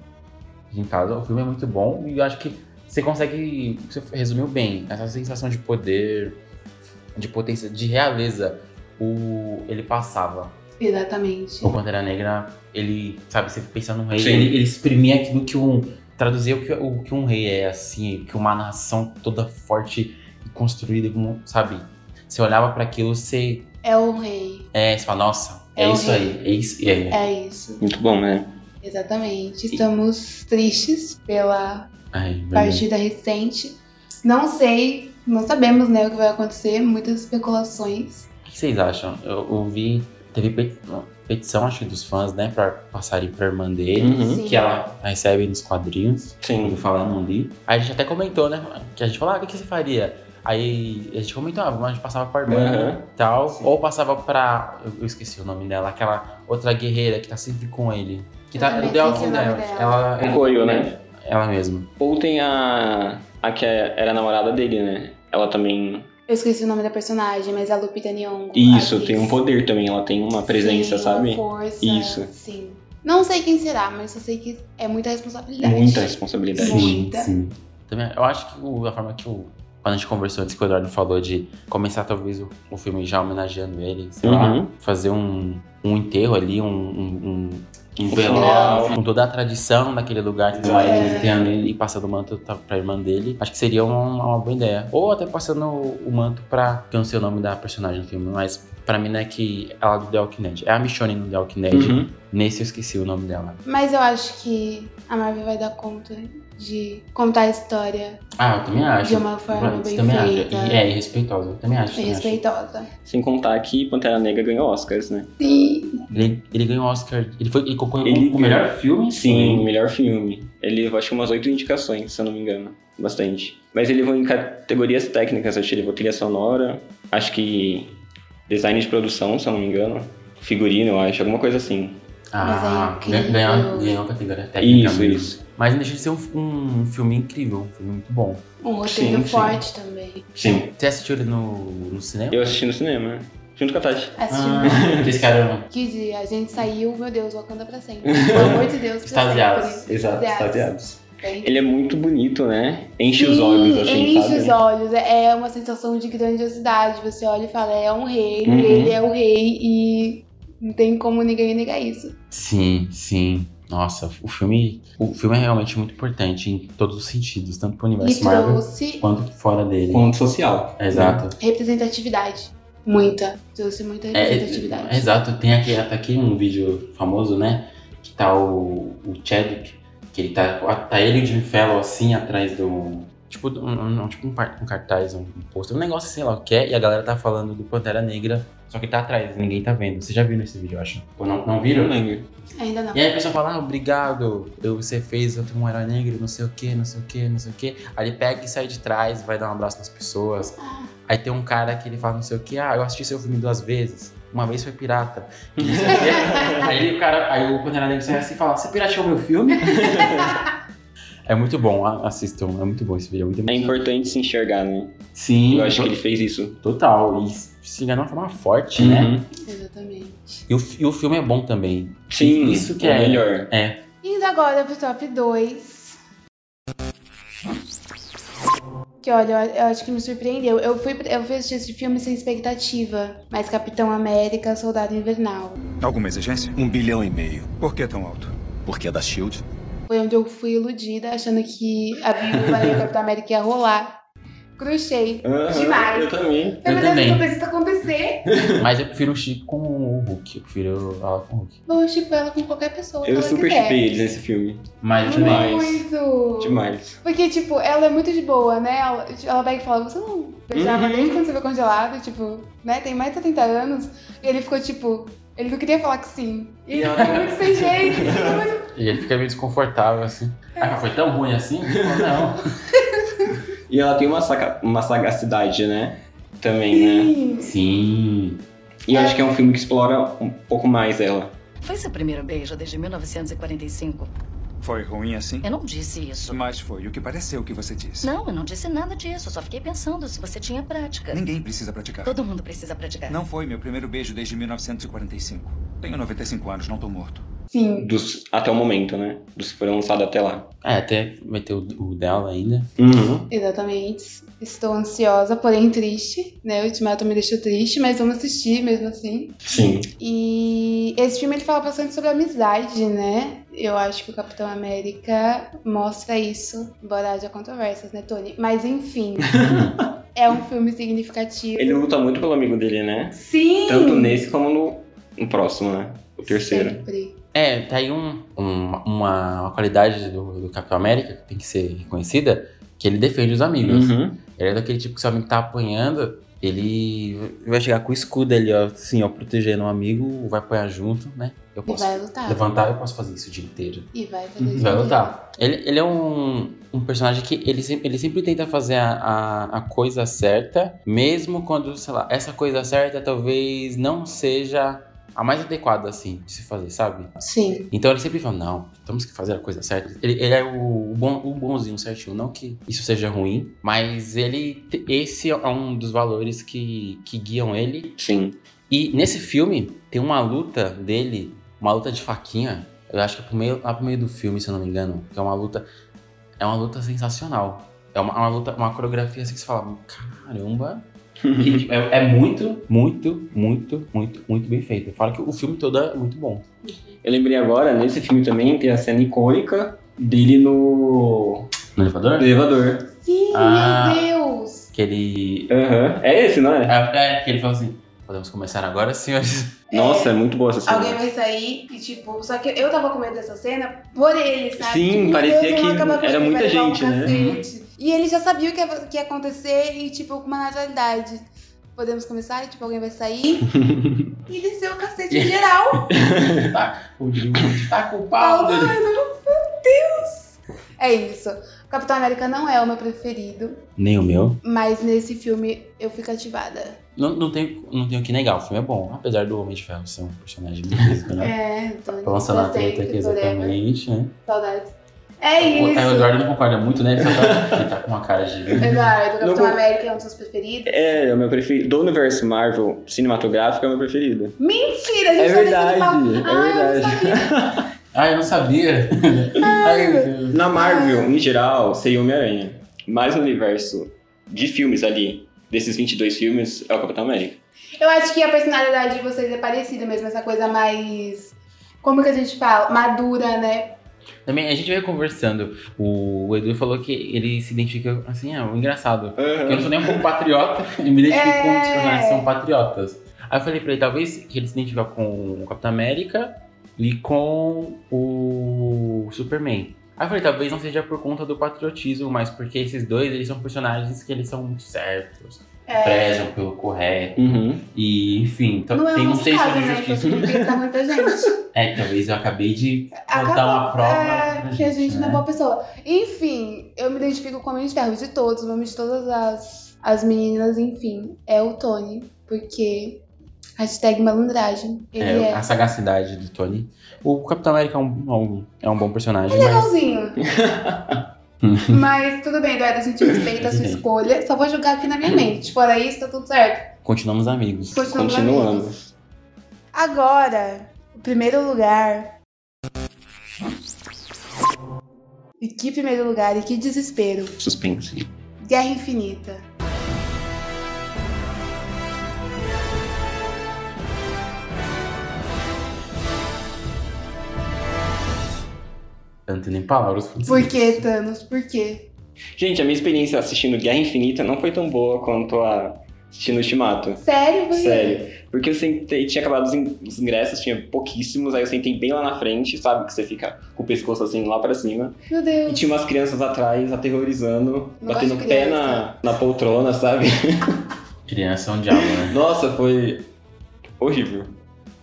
Speaker 3: Em casa, o filme é muito bom e eu acho que você consegue. Você resumiu bem essa sensação de poder, de potência, de realeza. O, ele passava.
Speaker 1: Exatamente.
Speaker 3: O Pantera Negra, ele, sabe, você pensa num rei,
Speaker 2: Sim.
Speaker 3: ele, ele exprimia aquilo que um. Traduzia o que, o que um rei é, assim, que uma nação toda forte e construída, como, sabe? Você olhava pra aquilo, você.
Speaker 1: É o rei.
Speaker 3: É, você fala, nossa, é,
Speaker 1: É o
Speaker 3: isso
Speaker 1: rei.
Speaker 3: aí, é isso. E aí?
Speaker 1: É isso.
Speaker 2: Muito bom, né?
Speaker 1: Exatamente. Estamos tristes pela
Speaker 3: Ai, meu Deus.
Speaker 1: partida recente. Não sei, não sabemos né, o que vai acontecer, muitas especulações.
Speaker 3: O que vocês acham? Eu ouvi. Teve pe- uma petição, acho que dos fãs, né? Pra passarem pra irmã dele.
Speaker 2: Uhum.
Speaker 1: Sim.
Speaker 3: Que ela recebe nos quadrinhos.
Speaker 2: Sim.
Speaker 3: ouviu falar, não li. Aí a gente até comentou, né? Que a gente falou, ah, o que, que você faria? Aí a gente comentou, ah, a gente passava
Speaker 2: Uhum.
Speaker 3: pra irmã
Speaker 2: Aham.
Speaker 3: e tal. Ou passava pra. Eu, eu esqueci o nome dela, aquela outra guerreira que tá sempre com ele. Que
Speaker 1: Eu
Speaker 3: tá.
Speaker 1: também
Speaker 3: Eu dei o
Speaker 1: esqueci
Speaker 3: nome
Speaker 1: é o nome
Speaker 3: dela.
Speaker 1: dela.
Speaker 3: Ela,
Speaker 2: É Coio, né?
Speaker 3: ela mesma.
Speaker 2: Ou tem a. a que era namorada dele, né? Ela também.
Speaker 1: Eu esqueci o nome da personagem, mas é a Lupita Nyong'o.
Speaker 2: Isso,
Speaker 1: atriz.
Speaker 2: tem um poder também, ela tem uma presença,
Speaker 1: Sim,
Speaker 2: sabe?
Speaker 1: Uma força,
Speaker 2: Isso.
Speaker 1: Sim. Não sei quem será, mas só sei que é muita responsabilidade.
Speaker 2: Muita responsabilidade.
Speaker 1: Sim. Muita.
Speaker 3: sim. Também, eu acho que o- a forma que o. Quando a gente conversou antes que o Eduardo falou de começar talvez o, o filme já homenageando ele, sei lá,
Speaker 2: Uhum.
Speaker 3: fazer um, um enterro ali, um, um, um, um
Speaker 2: funeral.
Speaker 3: velório, com toda a tradição daquele lugar que mais
Speaker 1: É.
Speaker 3: enterrando ele e passando o manto tá- pra irmã dele, acho que seria uma, uma boa ideia. Ou até passando o, o manto pra. que eu não sei o nome da personagem do filme, mas pra mim não é que ela é do The Walking Dead. É a Michonne no The Walking Dead.
Speaker 2: Uhum.
Speaker 3: Nesse eu esqueci o nome dela.
Speaker 1: Mas eu acho que a Marvel vai dar conta de contar a história
Speaker 3: Ah, eu também acho.
Speaker 1: de uma forma
Speaker 3: Você
Speaker 1: bem
Speaker 3: também acha?
Speaker 1: feita
Speaker 3: E é, e respeitosa. Eu também acho.
Speaker 1: e
Speaker 3: também acho.
Speaker 1: respeitosa.
Speaker 2: Sem contar que Pantera Negra ganhou Oscars, né?
Speaker 1: Sim.
Speaker 3: Ele, ele ganhou o Oscar. Ele foi ele concorreu com
Speaker 2: Ele
Speaker 3: o melhor filme?
Speaker 2: Sim, melhor filme. Ele eu acho que umas oito indicações, se eu não me engano. Bastante. Mas ele levou em categorias técnicas, acho que ele levou trilha sonora, acho que design de produção, se eu não me engano. Figurino, eu acho, alguma coisa assim.
Speaker 3: Ah,
Speaker 1: Mas é incrível.
Speaker 3: ganhou, ganhou a categoria técnica.
Speaker 2: Isso,
Speaker 3: mesmo.
Speaker 2: isso.
Speaker 3: Mas não deixa de ser um, um filme incrível, um filme muito bom.
Speaker 1: Um roteiro
Speaker 2: Sim, sim.
Speaker 1: forte também.
Speaker 2: Sim.
Speaker 3: Você assistiu ele no, no cinema?
Speaker 2: Eu assisti no cinema, né? junto com a Tati.
Speaker 3: Ah,
Speaker 1: Assistimos.
Speaker 3: esse cara
Speaker 1: Que dia a gente saiu, meu Deus, Wakanda pra sempre. Pelo amor de Deus, pra
Speaker 3: Extasiados.
Speaker 1: sempre.
Speaker 2: Exato,
Speaker 1: Extasiados.
Speaker 2: extasiados.
Speaker 1: Bem.
Speaker 2: Ele é muito bonito, né? Enche os
Speaker 1: Sim,
Speaker 2: olhos, assim,
Speaker 1: enche
Speaker 2: sabe?
Speaker 1: os olhos. É é uma sensação de grandiosidade. Você olha e fala, é um rei,
Speaker 2: Uhum.
Speaker 1: ele é o rei e não tem como ninguém negar isso.
Speaker 3: Sim, sim. Nossa, o filme, o filme é realmente muito importante em todos os sentidos, tanto pro universo
Speaker 1: E
Speaker 3: Marvel
Speaker 1: trouxe
Speaker 3: quanto fora dele.
Speaker 4: Ponto social.
Speaker 3: Exato.
Speaker 1: representatividade. Muita. Trouxe muita
Speaker 3: É,
Speaker 1: representatividade.
Speaker 3: é, exato, tem aqui, tá aqui um vídeo famoso, né? Que tá o, o Chadwick, que ele tá. Tá ele e o Jimmy Fallon assim atrás do. Tipo, um, um- um- tipo um, par- um cartaz, um, um pôster, um negócio sei lá o que é, e a galera tá falando do Pantera Negra, só que tá atrás, ninguém tá vendo. Vocês já viram esse vídeo, eu acho. Ou não, não viram?
Speaker 2: Não lembro.
Speaker 1: Ainda não.
Speaker 3: E aí a pessoa fala, ah, obrigado, eu, você fez eu um herói negro, não sei o que, não sei o que, não sei o que. Aí ele pega e sai de trás, vai dar um abraço nas pessoas. Aí tem um cara que ele fala não sei o que, ah, eu assisti seu filme duas vezes. Uma vez foi pirata. E não sei o quê. aí o cara, aí o Pantera Negra sai assim e fala, você pirateou meu filme? é muito bom, a- assistam, é muito bom esse vídeo, é muito
Speaker 2: É
Speaker 3: bom.
Speaker 2: importante se enxergar, né?
Speaker 3: Sim,
Speaker 2: Eu acho que ele fez isso.
Speaker 3: total. E se enganou de uma forma forte, né?
Speaker 2: Uhum.
Speaker 1: Exatamente.
Speaker 3: E o, fi- e o filme é bom também.
Speaker 2: Sim,
Speaker 3: Isso que
Speaker 2: o
Speaker 3: é-
Speaker 2: melhor.
Speaker 3: É,
Speaker 1: Indo agora pro top 2. Que olha, eu- eu acho que me surpreendeu. Eu fui, eu fui assistir esse filme sem expectativa. Mas Capitão América, Soldado Invernal.
Speaker 5: Alguma exigência?
Speaker 6: Um bilhão e meio.
Speaker 5: Por que tão alto? Porque é da Shield.
Speaker 1: Foi onde eu fui iludida, achando que a Viúva e o Capitão América ia rolar. Crushei.
Speaker 2: Aham,
Speaker 1: Demais.
Speaker 2: Eu também.
Speaker 1: Na
Speaker 3: Eu
Speaker 1: verdade,
Speaker 3: também.
Speaker 1: não precisa acontecer.
Speaker 3: Mas eu prefiro o Chico com o Hulk. Eu prefiro ela com o Hulk.
Speaker 1: Vou chipar ela com qualquer pessoa. que
Speaker 2: Eu
Speaker 1: ela
Speaker 2: super
Speaker 1: quiser.
Speaker 2: chipei eles nesse filme.
Speaker 3: Mas tipo, eu também.
Speaker 2: Demais.
Speaker 1: Muito.
Speaker 2: Demais.
Speaker 1: Porque, tipo, ela é muito de boa, né? Ela, ela pega e fala, você não beijava
Speaker 2: Uhum.
Speaker 1: nem quando você foi congelado, tipo, né? Tem mais de 70 anos. E ele ficou, tipo, ele não queria falar que sim. E ele ficou muito sem jeito. tipo, mas-
Speaker 3: E ele fica meio desconfortável, assim. Ah, mas foi tão ruim assim? Ele falou, Não.
Speaker 2: E ela tem uma, saca- uma sagacidade, né? Também,
Speaker 1: Sim.
Speaker 2: né?
Speaker 3: Sim.
Speaker 2: E eu acho que é um filme que explora um pouco mais ela.
Speaker 9: Foi seu primeiro beijo desde 1945.
Speaker 5: Foi ruim assim?
Speaker 9: Eu não disse isso.
Speaker 5: Mas foi o que pareceu que você disse.
Speaker 9: Não, eu não disse É nada disso. Só fiquei pensando se você tinha prática.
Speaker 5: Ninguém precisa praticar.
Speaker 9: Todo mundo precisa praticar.
Speaker 5: Não foi meu primeiro beijo desde 1945. Tenho 95 anos, não tô morto.
Speaker 1: Sim.
Speaker 2: Dos, até o momento, né? Dos que foram lançados até lá.
Speaker 3: É, até vai ter o, o dela ainda.
Speaker 2: Uhum.
Speaker 1: Exatamente. Estou ansiosa, porém triste, né? O Ultimato me deixou triste, mas vamos assistir mesmo assim.
Speaker 2: Sim.
Speaker 1: E esse filme ele fala bastante sobre amizade, né? Eu acho que o Capitão América mostra isso, embora haja controvérsias, né, Tony? Mas enfim, é um filme significativo.
Speaker 2: Ele luta muito pelo amigo dele, né?
Speaker 1: Sim!
Speaker 2: Tanto nesse como no, no próximo, né? O terceiro.
Speaker 1: Sempre.
Speaker 3: É, tá aí um, um- uma, uma qualidade do, do Capitão América que tem que ser reconhecida, que ele defende os amigos.
Speaker 2: Uhum.
Speaker 3: Ele é daquele tipo que seu amigo tá apanhando, ele vai chegar com o escudo ali, ó, assim, ó, protegendo um amigo, vai apanhar junto, né? Eu
Speaker 1: E
Speaker 3: posso
Speaker 1: vai lutar.
Speaker 3: levantar, eu posso fazer isso o dia inteiro.
Speaker 1: E vai
Speaker 2: Uhum.
Speaker 1: fazer isso.
Speaker 3: Vai lutar. Ele, ele é um, um personagem que ele, sem- ele sempre tenta fazer a, a, a coisa certa, mesmo quando, sei lá, essa coisa certa talvez não seja a mais adequada, assim, de se fazer, sabe?
Speaker 1: Sim.
Speaker 3: Então ele sempre fala, não, temos que fazer a coisa certa. Ele, ele é o, o bom, o bonzinho certinho, não que isso seja ruim, mas ele te- esse é um dos valores que, que guiam ele.
Speaker 2: Sim.
Speaker 3: E nesse filme tem uma luta dele, uma luta de faquinha. Eu acho que é pro meio, lá pro meio do filme, se eu não me engano, que é uma luta é uma luta sensacional. É uma, uma luta, uma coreografia assim que você fala, caramba. E, tipo, é, é muito, muito, muito, muito, muito bem feito. Eu falo que o filme todo é muito bom.
Speaker 2: Eu lembrei agora, nesse filme também tem a cena icônica dele no,
Speaker 3: No elevador?
Speaker 2: no elevador.
Speaker 1: Sim,
Speaker 3: Ah.
Speaker 1: meu Deus!
Speaker 3: Que ele.
Speaker 2: Aham. É esse, não é?
Speaker 3: É, é, que ele fala assim: podemos começar agora, senhores?
Speaker 2: Nossa, é muito boa essa cena.
Speaker 1: Alguém vai sair e, tipo, só que eu tava com medo dessa cena por ele, sabe?
Speaker 2: Sim,
Speaker 1: Tipo, meu
Speaker 2: parecia
Speaker 1: Deus, eu vou
Speaker 2: que
Speaker 1: acabar com
Speaker 2: era
Speaker 1: ele,
Speaker 2: muita
Speaker 1: vai levar um
Speaker 2: gente, né?
Speaker 1: cacete. E ele já sabia o que ia, que ia acontecer e, tipo, com uma naturalidade. Podemos começar? E, tipo, alguém vai sair e desceu o cacete em geral.
Speaker 3: O Jude tá com o
Speaker 1: Fala,
Speaker 3: pau dele.
Speaker 1: "Ai, meu Deus! É isso. Capitão América não é o meu preferido,
Speaker 3: Nem o meu.
Speaker 1: mas nesse filme eu fico ativada.
Speaker 3: Não, não, tem, não tem o que negar, o filme é bom. Apesar do Homem de Ferro ser um personagem físico,
Speaker 1: É,
Speaker 3: né?
Speaker 1: Tony.
Speaker 3: Pra lançar na
Speaker 1: gostei,
Speaker 3: treta aqui,
Speaker 1: forever.
Speaker 3: exatamente, né?
Speaker 1: Saudades. É
Speaker 3: O,
Speaker 1: isso.
Speaker 3: é, o Eduardo não concorda muito, né? Ele, só tá, ele tá com uma cara de.
Speaker 1: Eduardo, Capitão
Speaker 2: Não vou-
Speaker 1: América é um dos seus preferidos.
Speaker 2: É, é o meu preferido. Do universo Marvel cinematográfico é o meu preferido.
Speaker 1: Mentira, a gente
Speaker 2: É
Speaker 1: tá
Speaker 2: verdade,
Speaker 1: tentando falar. Ai, eu não
Speaker 2: é verdade.
Speaker 3: Ah, eu não sabia! Ai, meu Deus.
Speaker 2: Na Marvel, em geral, seria Homem-Aranha. Mas no universo de filmes ali, desses 22 filmes, é o Capitão América.
Speaker 1: Eu acho que a personalidade de vocês é parecida mesmo, essa coisa mais. Como que a gente fala? Madura, né?
Speaker 3: Também a gente veio conversando. O Edu falou que ele se identifica assim, ah, engraçado. Eu não sou nem um pouco patriota e me identifico
Speaker 1: É.
Speaker 3: com os personagens que são patriotas. Aí eu falei pra ele, talvez que ele se identifica com o Capitão América e com o Superman. Aí eu falei, talvez não seja por conta do patriotismo, mas porque esses dois, eles são personagens que eles são muito certos,
Speaker 1: É,
Speaker 3: prezam pelo correto.
Speaker 2: Uhum.
Speaker 3: E, enfim, t-
Speaker 1: não é
Speaker 3: tem
Speaker 1: um
Speaker 3: um senso
Speaker 1: caso,
Speaker 3: de
Speaker 1: né? então. Que eu
Speaker 3: justiça.
Speaker 1: acho que pra muita gente.
Speaker 3: É, talvez eu acabei de
Speaker 1: Acabou,
Speaker 3: botar tá uma prova
Speaker 1: é,
Speaker 3: pra
Speaker 1: que a gente
Speaker 3: gente,
Speaker 1: não é
Speaker 3: né?
Speaker 1: boa pessoa. Enfim, eu me identifico com o Homem de Ferro de todos, o homem de todas as, as meninas, enfim. É o Tony, porque. Hashtag malandragem. Ele
Speaker 3: é,
Speaker 1: é.
Speaker 3: a sagacidade do Tony. O Capitão América é um, é um- é um bom personagem, mas...
Speaker 1: legalzinho. Mas tudo bem, Eduardo, a gente respeita a sua escolha. Só vou jogar aqui na minha mente. Fora isso, tá tudo certo.
Speaker 3: Continuamos amigos.
Speaker 1: Continuamos.
Speaker 2: Continuando.
Speaker 1: amigos. Agora, o primeiro lugar. E que primeiro lugar e que desespero.
Speaker 2: Suspense.
Speaker 1: Guerra Infinita.
Speaker 3: Eu não tenho nem palavras pra dizer
Speaker 1: Por que,
Speaker 3: isso.
Speaker 1: Thanos? Por quê?
Speaker 2: Gente, a minha experiência assistindo Guerra Infinita não foi tão boa quanto a assistindo Ultimato.
Speaker 1: Sério, Bruno?
Speaker 2: Sério. Porque eu sentei, tinha acabado os in- os ingressos, tinha pouquíssimos, aí eu sentei bem lá na frente, sabe? Que você fica com o pescoço assim lá pra cima.
Speaker 1: Meu
Speaker 2: E
Speaker 1: Deus.
Speaker 2: tinha umas crianças atrás, aterrorizando,
Speaker 1: Não
Speaker 2: batendo
Speaker 1: gosto de
Speaker 2: pé
Speaker 1: criança.
Speaker 2: na, na poltrona, sabe?
Speaker 3: Criança é um diabo, né?
Speaker 2: Nossa, foi horrível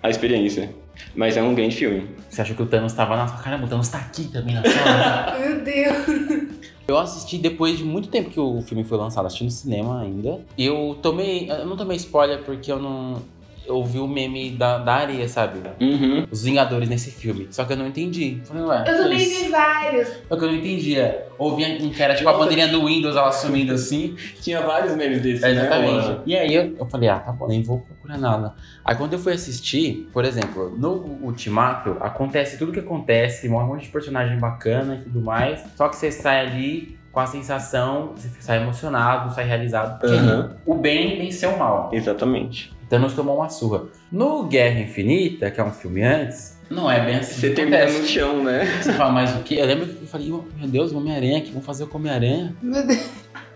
Speaker 2: a experiência. Mas é um grande filme.
Speaker 3: Você achou que o Thanos tava na sala? Caramba, o Thanos tá aqui também na sala.
Speaker 1: Meu Deus.
Speaker 3: eu assisti depois de muito tempo que o filme foi lançado, assisti no cinema ainda. Eu tomei. Eu não tomei spoiler porque eu não. Eu vi o meme da, da areia, sabe?
Speaker 2: Uhum.
Speaker 3: Os Vingadores nesse filme. Só que eu não entendi. Falei, ué,
Speaker 1: Eu também
Speaker 3: isso.
Speaker 1: vi vários.
Speaker 3: Só É que eu não entendia. Ouvi um que era tipo a bandeirinha do Windows, ela sumindo assim.
Speaker 2: Tinha vários memes desses,
Speaker 3: É,
Speaker 2: né?
Speaker 3: exatamente.
Speaker 2: mano?
Speaker 3: E aí eu, eu falei, ah, tá bom, nem vou procurar nada. Aí quando eu fui assistir, por exemplo, no Ultimato, acontece tudo que acontece, morre um monte de personagem bacana e tudo mais. Só que você sai ali com a sensação, você sai emocionado, sai realizado. porque
Speaker 2: Aham.
Speaker 3: O bem venceu o mal.
Speaker 2: Uhum. Exatamente.
Speaker 3: Thanos tomou uma surra. No Guerra Infinita, que é um filme antes, não é bem assim.
Speaker 2: Você
Speaker 3: que
Speaker 2: termina
Speaker 3: acontece.
Speaker 2: no chão, né?
Speaker 3: Você fala, mas o quê? Eu lembro que eu falei, meu Deus, Homem-Aranha, que vão fazer com o Homem-Aranha?
Speaker 1: Meu Deus.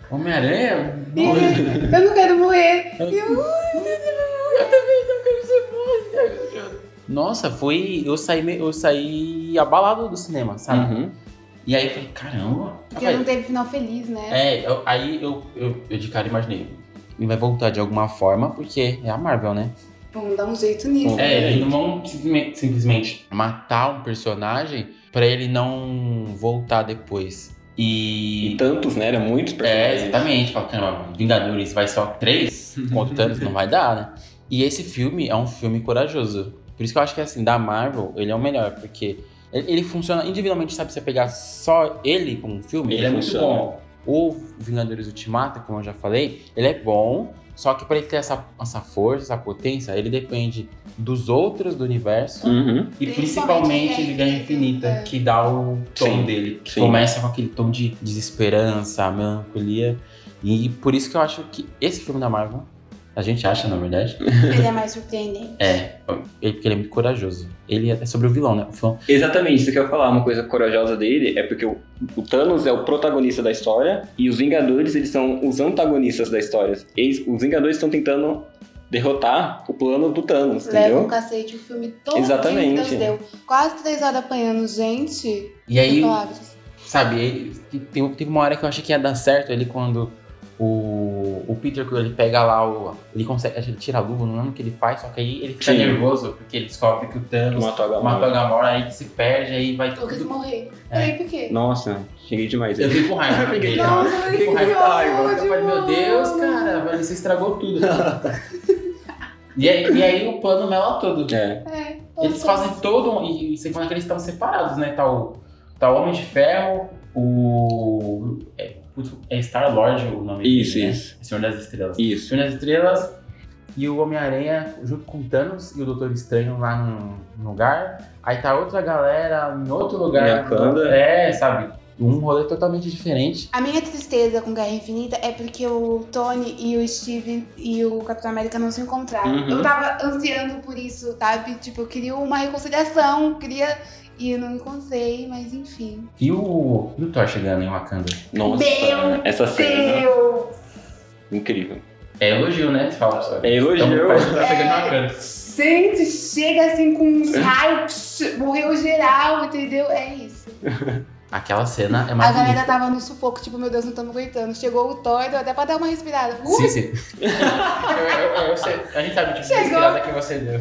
Speaker 3: Homem-Aranha?
Speaker 1: Eu não quero morrer. Eu...
Speaker 3: Nossa, foi. Eu saí, me- eu saí abalado do cinema, sabe?
Speaker 2: Uhum.
Speaker 3: E aí eu falei, caramba. Eu
Speaker 1: Porque não
Speaker 3: falei,
Speaker 1: teve final feliz, né?
Speaker 3: é, eu- aí eu, eu, eu de cara imaginei. Ele vai voltar de alguma forma, porque é a Marvel, né?
Speaker 1: Vamos dar um jeito nisso.
Speaker 2: É,
Speaker 3: É, eles não vão simplesmente, simplesmente matar um personagem pra ele não voltar depois.
Speaker 2: E
Speaker 3: E.
Speaker 2: tantos, né? Era muitos
Speaker 3: é,
Speaker 2: personagens.
Speaker 3: exatamente. Fala, caramba, Vingadores vai só três contra o Thanos, não vai dar, né? E esse filme é um filme corajoso. Por isso que eu acho que, assim, da Marvel, ele é o melhor, porque ele, ele funciona individualmente, sabe? Você pegar só ele como um filme, ele,
Speaker 2: Ele
Speaker 3: é
Speaker 2: funciona.
Speaker 3: muito bom. O Vingadores Ultimato, como eu já falei, ele é bom, só que pra ele ter essa, essa força, essa potência, ele depende dos outros do universo
Speaker 2: Uhum.
Speaker 3: e principalmente de Guerra Infinita, que dá o tom
Speaker 2: Sim,
Speaker 3: dele. Que
Speaker 2: sim.
Speaker 3: começa com aquele tom de desesperança, melancolia. E por isso que eu acho que esse filme da Marvel, a gente acha, na verdade,
Speaker 1: Ele é mais surpreendente.
Speaker 3: é. Ele, porque ele é muito corajoso. Ele é sobre o vilão, né? O vilão
Speaker 2: Exatamente, isso que eu ia falar. Uma coisa corajosa dele é porque o, o Thanos é o protagonista da história e os Vingadores, eles são os antagonistas da história. Eles, os Vingadores estão tentando derrotar o plano do Thanos,
Speaker 1: Leva um
Speaker 2: entendeu?
Speaker 1: cacete o filme todo.
Speaker 2: Exatamente.
Speaker 1: Que Deus deu. Quase três horas apanhando gente.
Speaker 3: E aí,
Speaker 1: Palavras.
Speaker 3: sabe, ele, tem- teve uma hora que eu achei que ia dar certo ele quando. O, o Peter Quill, ele pega lá o. Ele consegue. acho que Ele tira a luva, não lembro o que ele faz, só que aí ele fica
Speaker 2: Sim.
Speaker 3: nervoso, porque ele descobre que o Thanos
Speaker 2: Matou a Gamora.
Speaker 3: matou a Gamora, aí ele se perde, aí vai
Speaker 1: Eu quis
Speaker 3: tudo
Speaker 1: morrer.
Speaker 3: É.
Speaker 1: Falei, por quê?
Speaker 2: Nossa, cheguei demais.
Speaker 3: Eu fiquei com raiva.
Speaker 2: Eu fiquei
Speaker 3: dele,
Speaker 2: com
Speaker 3: cara.
Speaker 1: raiva.
Speaker 3: Eu fiquei com
Speaker 1: Eu fiquei com
Speaker 3: raiva.
Speaker 1: raiva
Speaker 3: Eu falei, meu
Speaker 1: demais.
Speaker 3: Deus, cara, velho, você estragou tudo. e, aí, e aí o plano mela todo.
Speaker 2: É.
Speaker 1: É,
Speaker 3: Eles fazem todo um. E, e sem falar que eles estão separados, né? Tá o, tá o Homem de Ferro, o. É, putz, é Star Lord o nome
Speaker 2: Isso,
Speaker 3: dele. né?
Speaker 2: isso.
Speaker 3: Senhor das Estrelas. O
Speaker 2: Isso.
Speaker 3: Senhor das Estrelas e o Homem-Aranha junto com o Thanos e o Doutor Estranho lá num, num lugar. Aí tá outra galera em outro lugar.
Speaker 2: Wakanda.
Speaker 3: É, sabe? Um rolê totalmente diferente.
Speaker 1: A minha tristeza com Guerra Infinita é porque o Tony e o Steven e o Capitão América não se encontraram.
Speaker 2: Uhum.
Speaker 1: Eu tava ansiando por isso, sabe? Tipo, eu queria uma reconciliação, queria. E eu não encontrei, mas enfim.
Speaker 3: E o, e o Thor chegando em Wakanda?
Speaker 1: Meu
Speaker 2: Nossa,
Speaker 3: Tá
Speaker 2: essa
Speaker 3: né?
Speaker 2: cena
Speaker 1: Deus!
Speaker 2: incrível.
Speaker 3: É elogio, né? Você fala pra você.
Speaker 2: É elogio.
Speaker 3: Então, parece que tá chegando em Wakanda.
Speaker 1: Gente, chega assim com uns raios, morreu geral, entendeu? É isso.
Speaker 3: Aquela cena é
Speaker 1: A
Speaker 3: maravilhosa.
Speaker 1: galera tava no sufoco, tipo, meu Deus, não estamos aguentando. Chegou o Thor, deu até pra dar uma respirada.
Speaker 3: Sim,
Speaker 1: Ui,
Speaker 3: sim. eu, eu- eu sei. A gente sabe o tipo de
Speaker 1: Chegou.
Speaker 3: inspirada que você deu.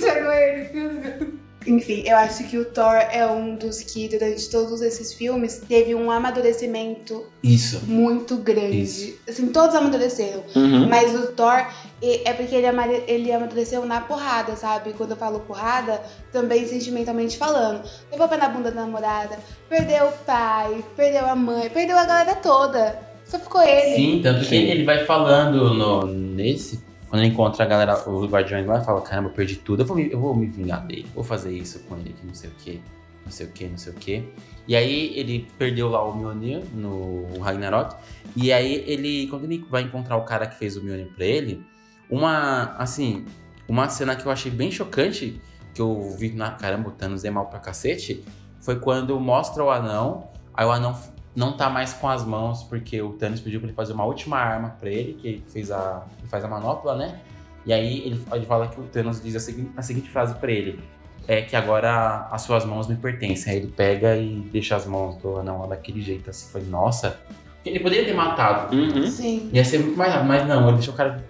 Speaker 1: chegou ele, meu Deus. Enfim, eu acho que o Thor é um dos que, durante todos esses filmes, teve um amadurecimento
Speaker 3: Isso.
Speaker 1: muito grande.
Speaker 3: Isso. Hum?
Speaker 1: Assim, todos amadureceram.
Speaker 2: Uhum.
Speaker 1: Mas o Thor, e- é porque ele, amare- ele amadureceu na porrada, sabe? Quando eu falo porrada, também sentimentalmente falando. Levou pé na bunda da namorada, perdeu o pai, perdeu a mãe, perdeu a galera toda. Só ficou ele.
Speaker 3: Sim, tanto que
Speaker 2: Sim.
Speaker 3: ele vai falando no, nesse. Quando ele encontra a galera, o Guardiões lá, fala: Caramba, eu perdi tudo, eu vou, me, eu vou me vingar dele, vou fazer isso com ele, que não sei o que, não sei o que, não sei o que. E aí ele perdeu lá o Mjolnir no Ragnarok. E aí ele, quando ele vai encontrar o cara que fez o Mjolnir pra ele, uma, assim, uma cena que eu achei bem chocante, que eu vi na caramba, o Thanos é mal pra cacete, foi quando mostra o anão, aí o anão não tá mais com as mãos, porque o Thanos pediu pra ele fazer uma última arma pra ele, que ele, fez a, ele faz a manopla, né? E aí ele, ele fala que o Thanos diz a seguinte, a seguinte frase pra ele: é que agora as suas mãos me pertencem. Aí ele pega e deixa as mãos do anão lá daquele jeito, assim. Falei, nossa. Ele poderia ter matado.
Speaker 2: Uhum.
Speaker 1: Sim.
Speaker 3: Ia ser muito mais rápido, mas não, ele deixou o cara.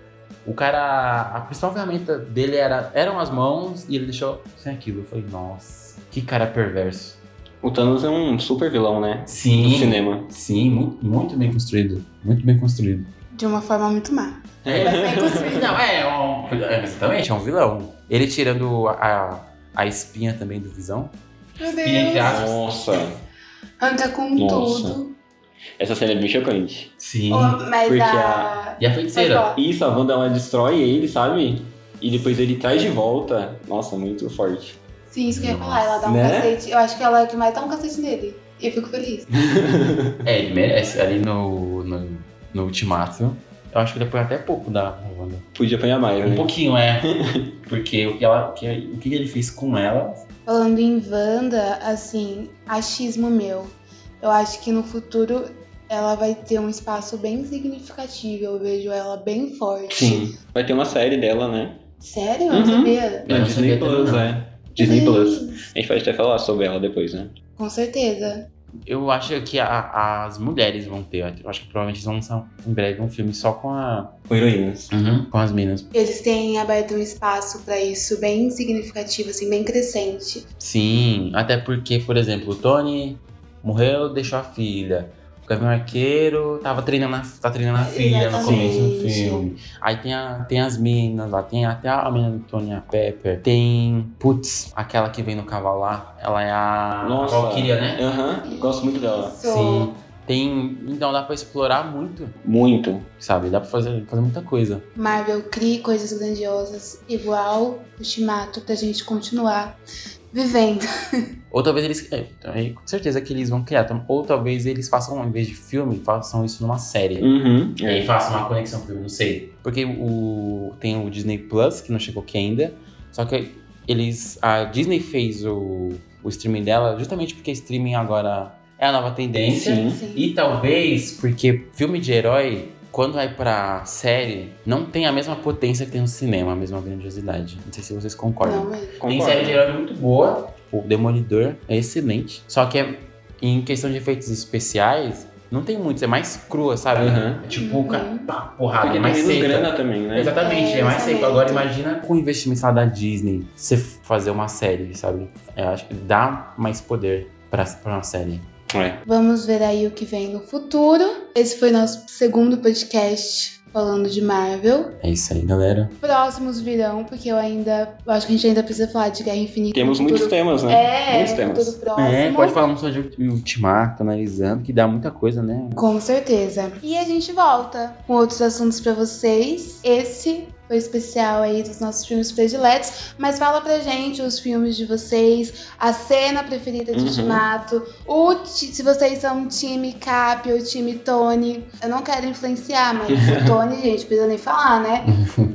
Speaker 3: O cara. A principal ferramenta dele era, eram as mãos e ele deixou sem aquilo. Eu falei, nossa, que cara perverso.
Speaker 2: O Thanos é um super vilão, né? Do
Speaker 3: Sim.
Speaker 2: cinema.
Speaker 3: Sim, muito, muito bem construído. Muito bem construído.
Speaker 1: De uma forma muito má.
Speaker 3: É,
Speaker 1: Mas bem construída.
Speaker 3: Não, é, é um. é, Exatamente, é um vilão. Ele tirando a, a espinha também do visão.
Speaker 1: Meu
Speaker 3: Espinha entre
Speaker 1: Deus.
Speaker 3: aspas.
Speaker 2: Nossa,
Speaker 1: Anda com
Speaker 2: Nossa.
Speaker 1: tudo.
Speaker 2: essa cena é bem chocante.
Speaker 3: Sim.
Speaker 1: Oh, mas
Speaker 2: porque
Speaker 1: a.
Speaker 3: E a feiticeira?
Speaker 2: Isso, a Wanda ela destrói ele, sabe? E depois ele traz de volta. Nossa, muito forte.
Speaker 1: Sim, isso que eu ia falar. Ela dá um
Speaker 2: Né?
Speaker 1: cacete. Eu acho que ela é que mais dá um cacete nele. E eu fico feliz.
Speaker 3: É, ele merece. Ali no, no, no Ultimato, eu acho que ele apanhou até pouco da Wanda.
Speaker 2: Podia apanhar mais,
Speaker 3: Um
Speaker 2: né?
Speaker 3: pouquinho, é. Porque o que, ela, o que, o que ele fez com ela.
Speaker 1: Falando em Wanda, assim, achismo meu. Eu acho que no futuro ela vai ter um espaço bem significativo. Eu vejo ela bem forte.
Speaker 2: Sim. Vai ter uma série dela, né?
Speaker 1: Sério? Eu não
Speaker 2: Uhum.
Speaker 1: sabia.
Speaker 3: Eu
Speaker 2: Na
Speaker 3: não
Speaker 2: Disney
Speaker 3: sabia também,
Speaker 2: Plus,
Speaker 3: não.
Speaker 2: é. Disney Plus.
Speaker 1: Sim,
Speaker 2: A gente pode até falar sobre ela depois, né?
Speaker 1: Com certeza.
Speaker 3: Eu acho que a- as mulheres vão ter. Eu acho que provavelmente eles vão lançar em breve um filme só com a.
Speaker 2: Com heroínas.
Speaker 3: Com as minas.
Speaker 1: Eles têm aberto um espaço pra isso bem significativo, assim, bem crescente.
Speaker 3: Sim. Até porque, por exemplo, o Tony morreu, deixou a filha. O Gavião Arqueiro tava treinando a, tá treinando a filha no começo do
Speaker 1: Exatamente.
Speaker 3: filme. Aí tem, a- tem as minas lá, tem até a menina do Tony a Pepper. Tem, putz, aquela que vem no cavalo lá. Ela é a
Speaker 2: Nossa.
Speaker 3: a Valkyria, né?
Speaker 2: Aham, gosto muito dela.
Speaker 1: Isso.
Speaker 3: Sim. Tem. Então dá pra explorar muito,
Speaker 2: Muito.
Speaker 3: sabe? Dá pra fazer, fazer muita coisa.
Speaker 1: Marvel crie coisas grandiosas, igual o Shimato, pra gente continuar vivendo.
Speaker 3: Ou talvez eles. é, então, aí, com certeza que eles vão criar. Então, Ou talvez eles façam, em vez de filme, façam isso numa série.
Speaker 2: Uhum.
Speaker 3: E aí façam uma conexão filme, não sei. Porque o. Tem o Disney Plus, que não chegou aqui ainda. Só que eles. A Disney fez o, o streaming dela justamente porque streaming agora é a nova tendência.
Speaker 2: Sim.
Speaker 1: Sim.
Speaker 3: E talvez porque filme de herói, quando vai pra série, não tem a mesma potência que tem no cinema, a mesma grandiosidade. Não sei se vocês concordam.
Speaker 1: Não, é.
Speaker 3: Tem série de herói muito boa, tipo, o Demolidor é excelente. Só que é- em questão de efeitos especiais, não tem muitos, é mais crua, sabe?
Speaker 2: Aham.
Speaker 3: É Tipo, o cara,
Speaker 1: Uhum.
Speaker 3: pá, porrada,
Speaker 2: Porque tem
Speaker 3: é mais
Speaker 2: menos
Speaker 3: seca.
Speaker 2: grana também, né?
Speaker 3: Exatamente, é,
Speaker 1: É,
Speaker 3: mais seco.
Speaker 1: exatamente.
Speaker 3: Agora imagina com o investimento lá da Disney, você fazer uma série, sabe? Eu acho que dá mais poder pra, pra uma série.
Speaker 2: É.
Speaker 1: Vamos ver aí o que vem no futuro. Esse foi nosso segundo podcast falando de Marvel.
Speaker 3: É isso aí, galera.
Speaker 1: Próximos virão, porque eu ainda. Eu acho que a gente ainda precisa falar de Guerra Infinita.
Speaker 2: Temos
Speaker 1: no
Speaker 2: muitos
Speaker 1: futuro.
Speaker 2: temas, né?
Speaker 1: É,
Speaker 2: Muitos
Speaker 1: no
Speaker 2: temas.
Speaker 1: futuro próximo.
Speaker 3: É, pode falar só de Ultimato, analisando, que dá muita coisa, né?
Speaker 1: Com certeza. E a gente volta com outros assuntos pra vocês. Esse foi o especial aí dos nossos filmes prediletos. Mas fala pra gente os filmes de vocês, a cena preferida de
Speaker 2: Uhum.
Speaker 1: Ultimato, o ti- se vocês são um time Cap ou time Tony. Eu não quero influenciar, mas o Tony, gente, precisa nem falar, né?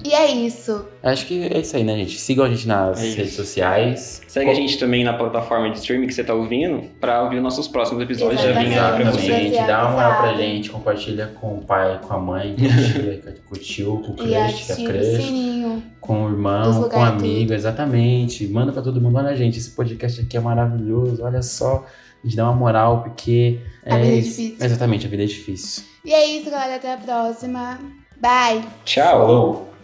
Speaker 1: e é isso.
Speaker 3: Acho que é isso aí, né, gente? Sigam a gente nas
Speaker 2: É isso.
Speaker 3: redes sociais.
Speaker 2: Segue a gente também na plataforma de streaming que você tá ouvindo pra ouvir nossos próximos episódios. Já vem lá pra
Speaker 1: Exatamente.
Speaker 2: você.
Speaker 3: Exatamente. Dá uma moral pra
Speaker 1: avisado.
Speaker 3: gente, compartilha com o pai, com a mãe, com a tia, com o tio, com o
Speaker 1: e
Speaker 3: crush, com a
Speaker 1: ativa o
Speaker 3: crush,
Speaker 1: sininho.
Speaker 3: com o
Speaker 1: Nos
Speaker 3: irmão,
Speaker 1: lugares
Speaker 3: com o amigo, exatamente. Manda pra todo mundo, olha, gente, esse podcast aqui é maravilhoso, olha só. A gente dá uma moral, porque...
Speaker 1: A vida é
Speaker 3: isso.
Speaker 1: difícil.
Speaker 3: Exatamente, a vida é difícil.
Speaker 1: E é isso, galera. Até a próxima. Bye!
Speaker 2: Tchau!
Speaker 3: Falou.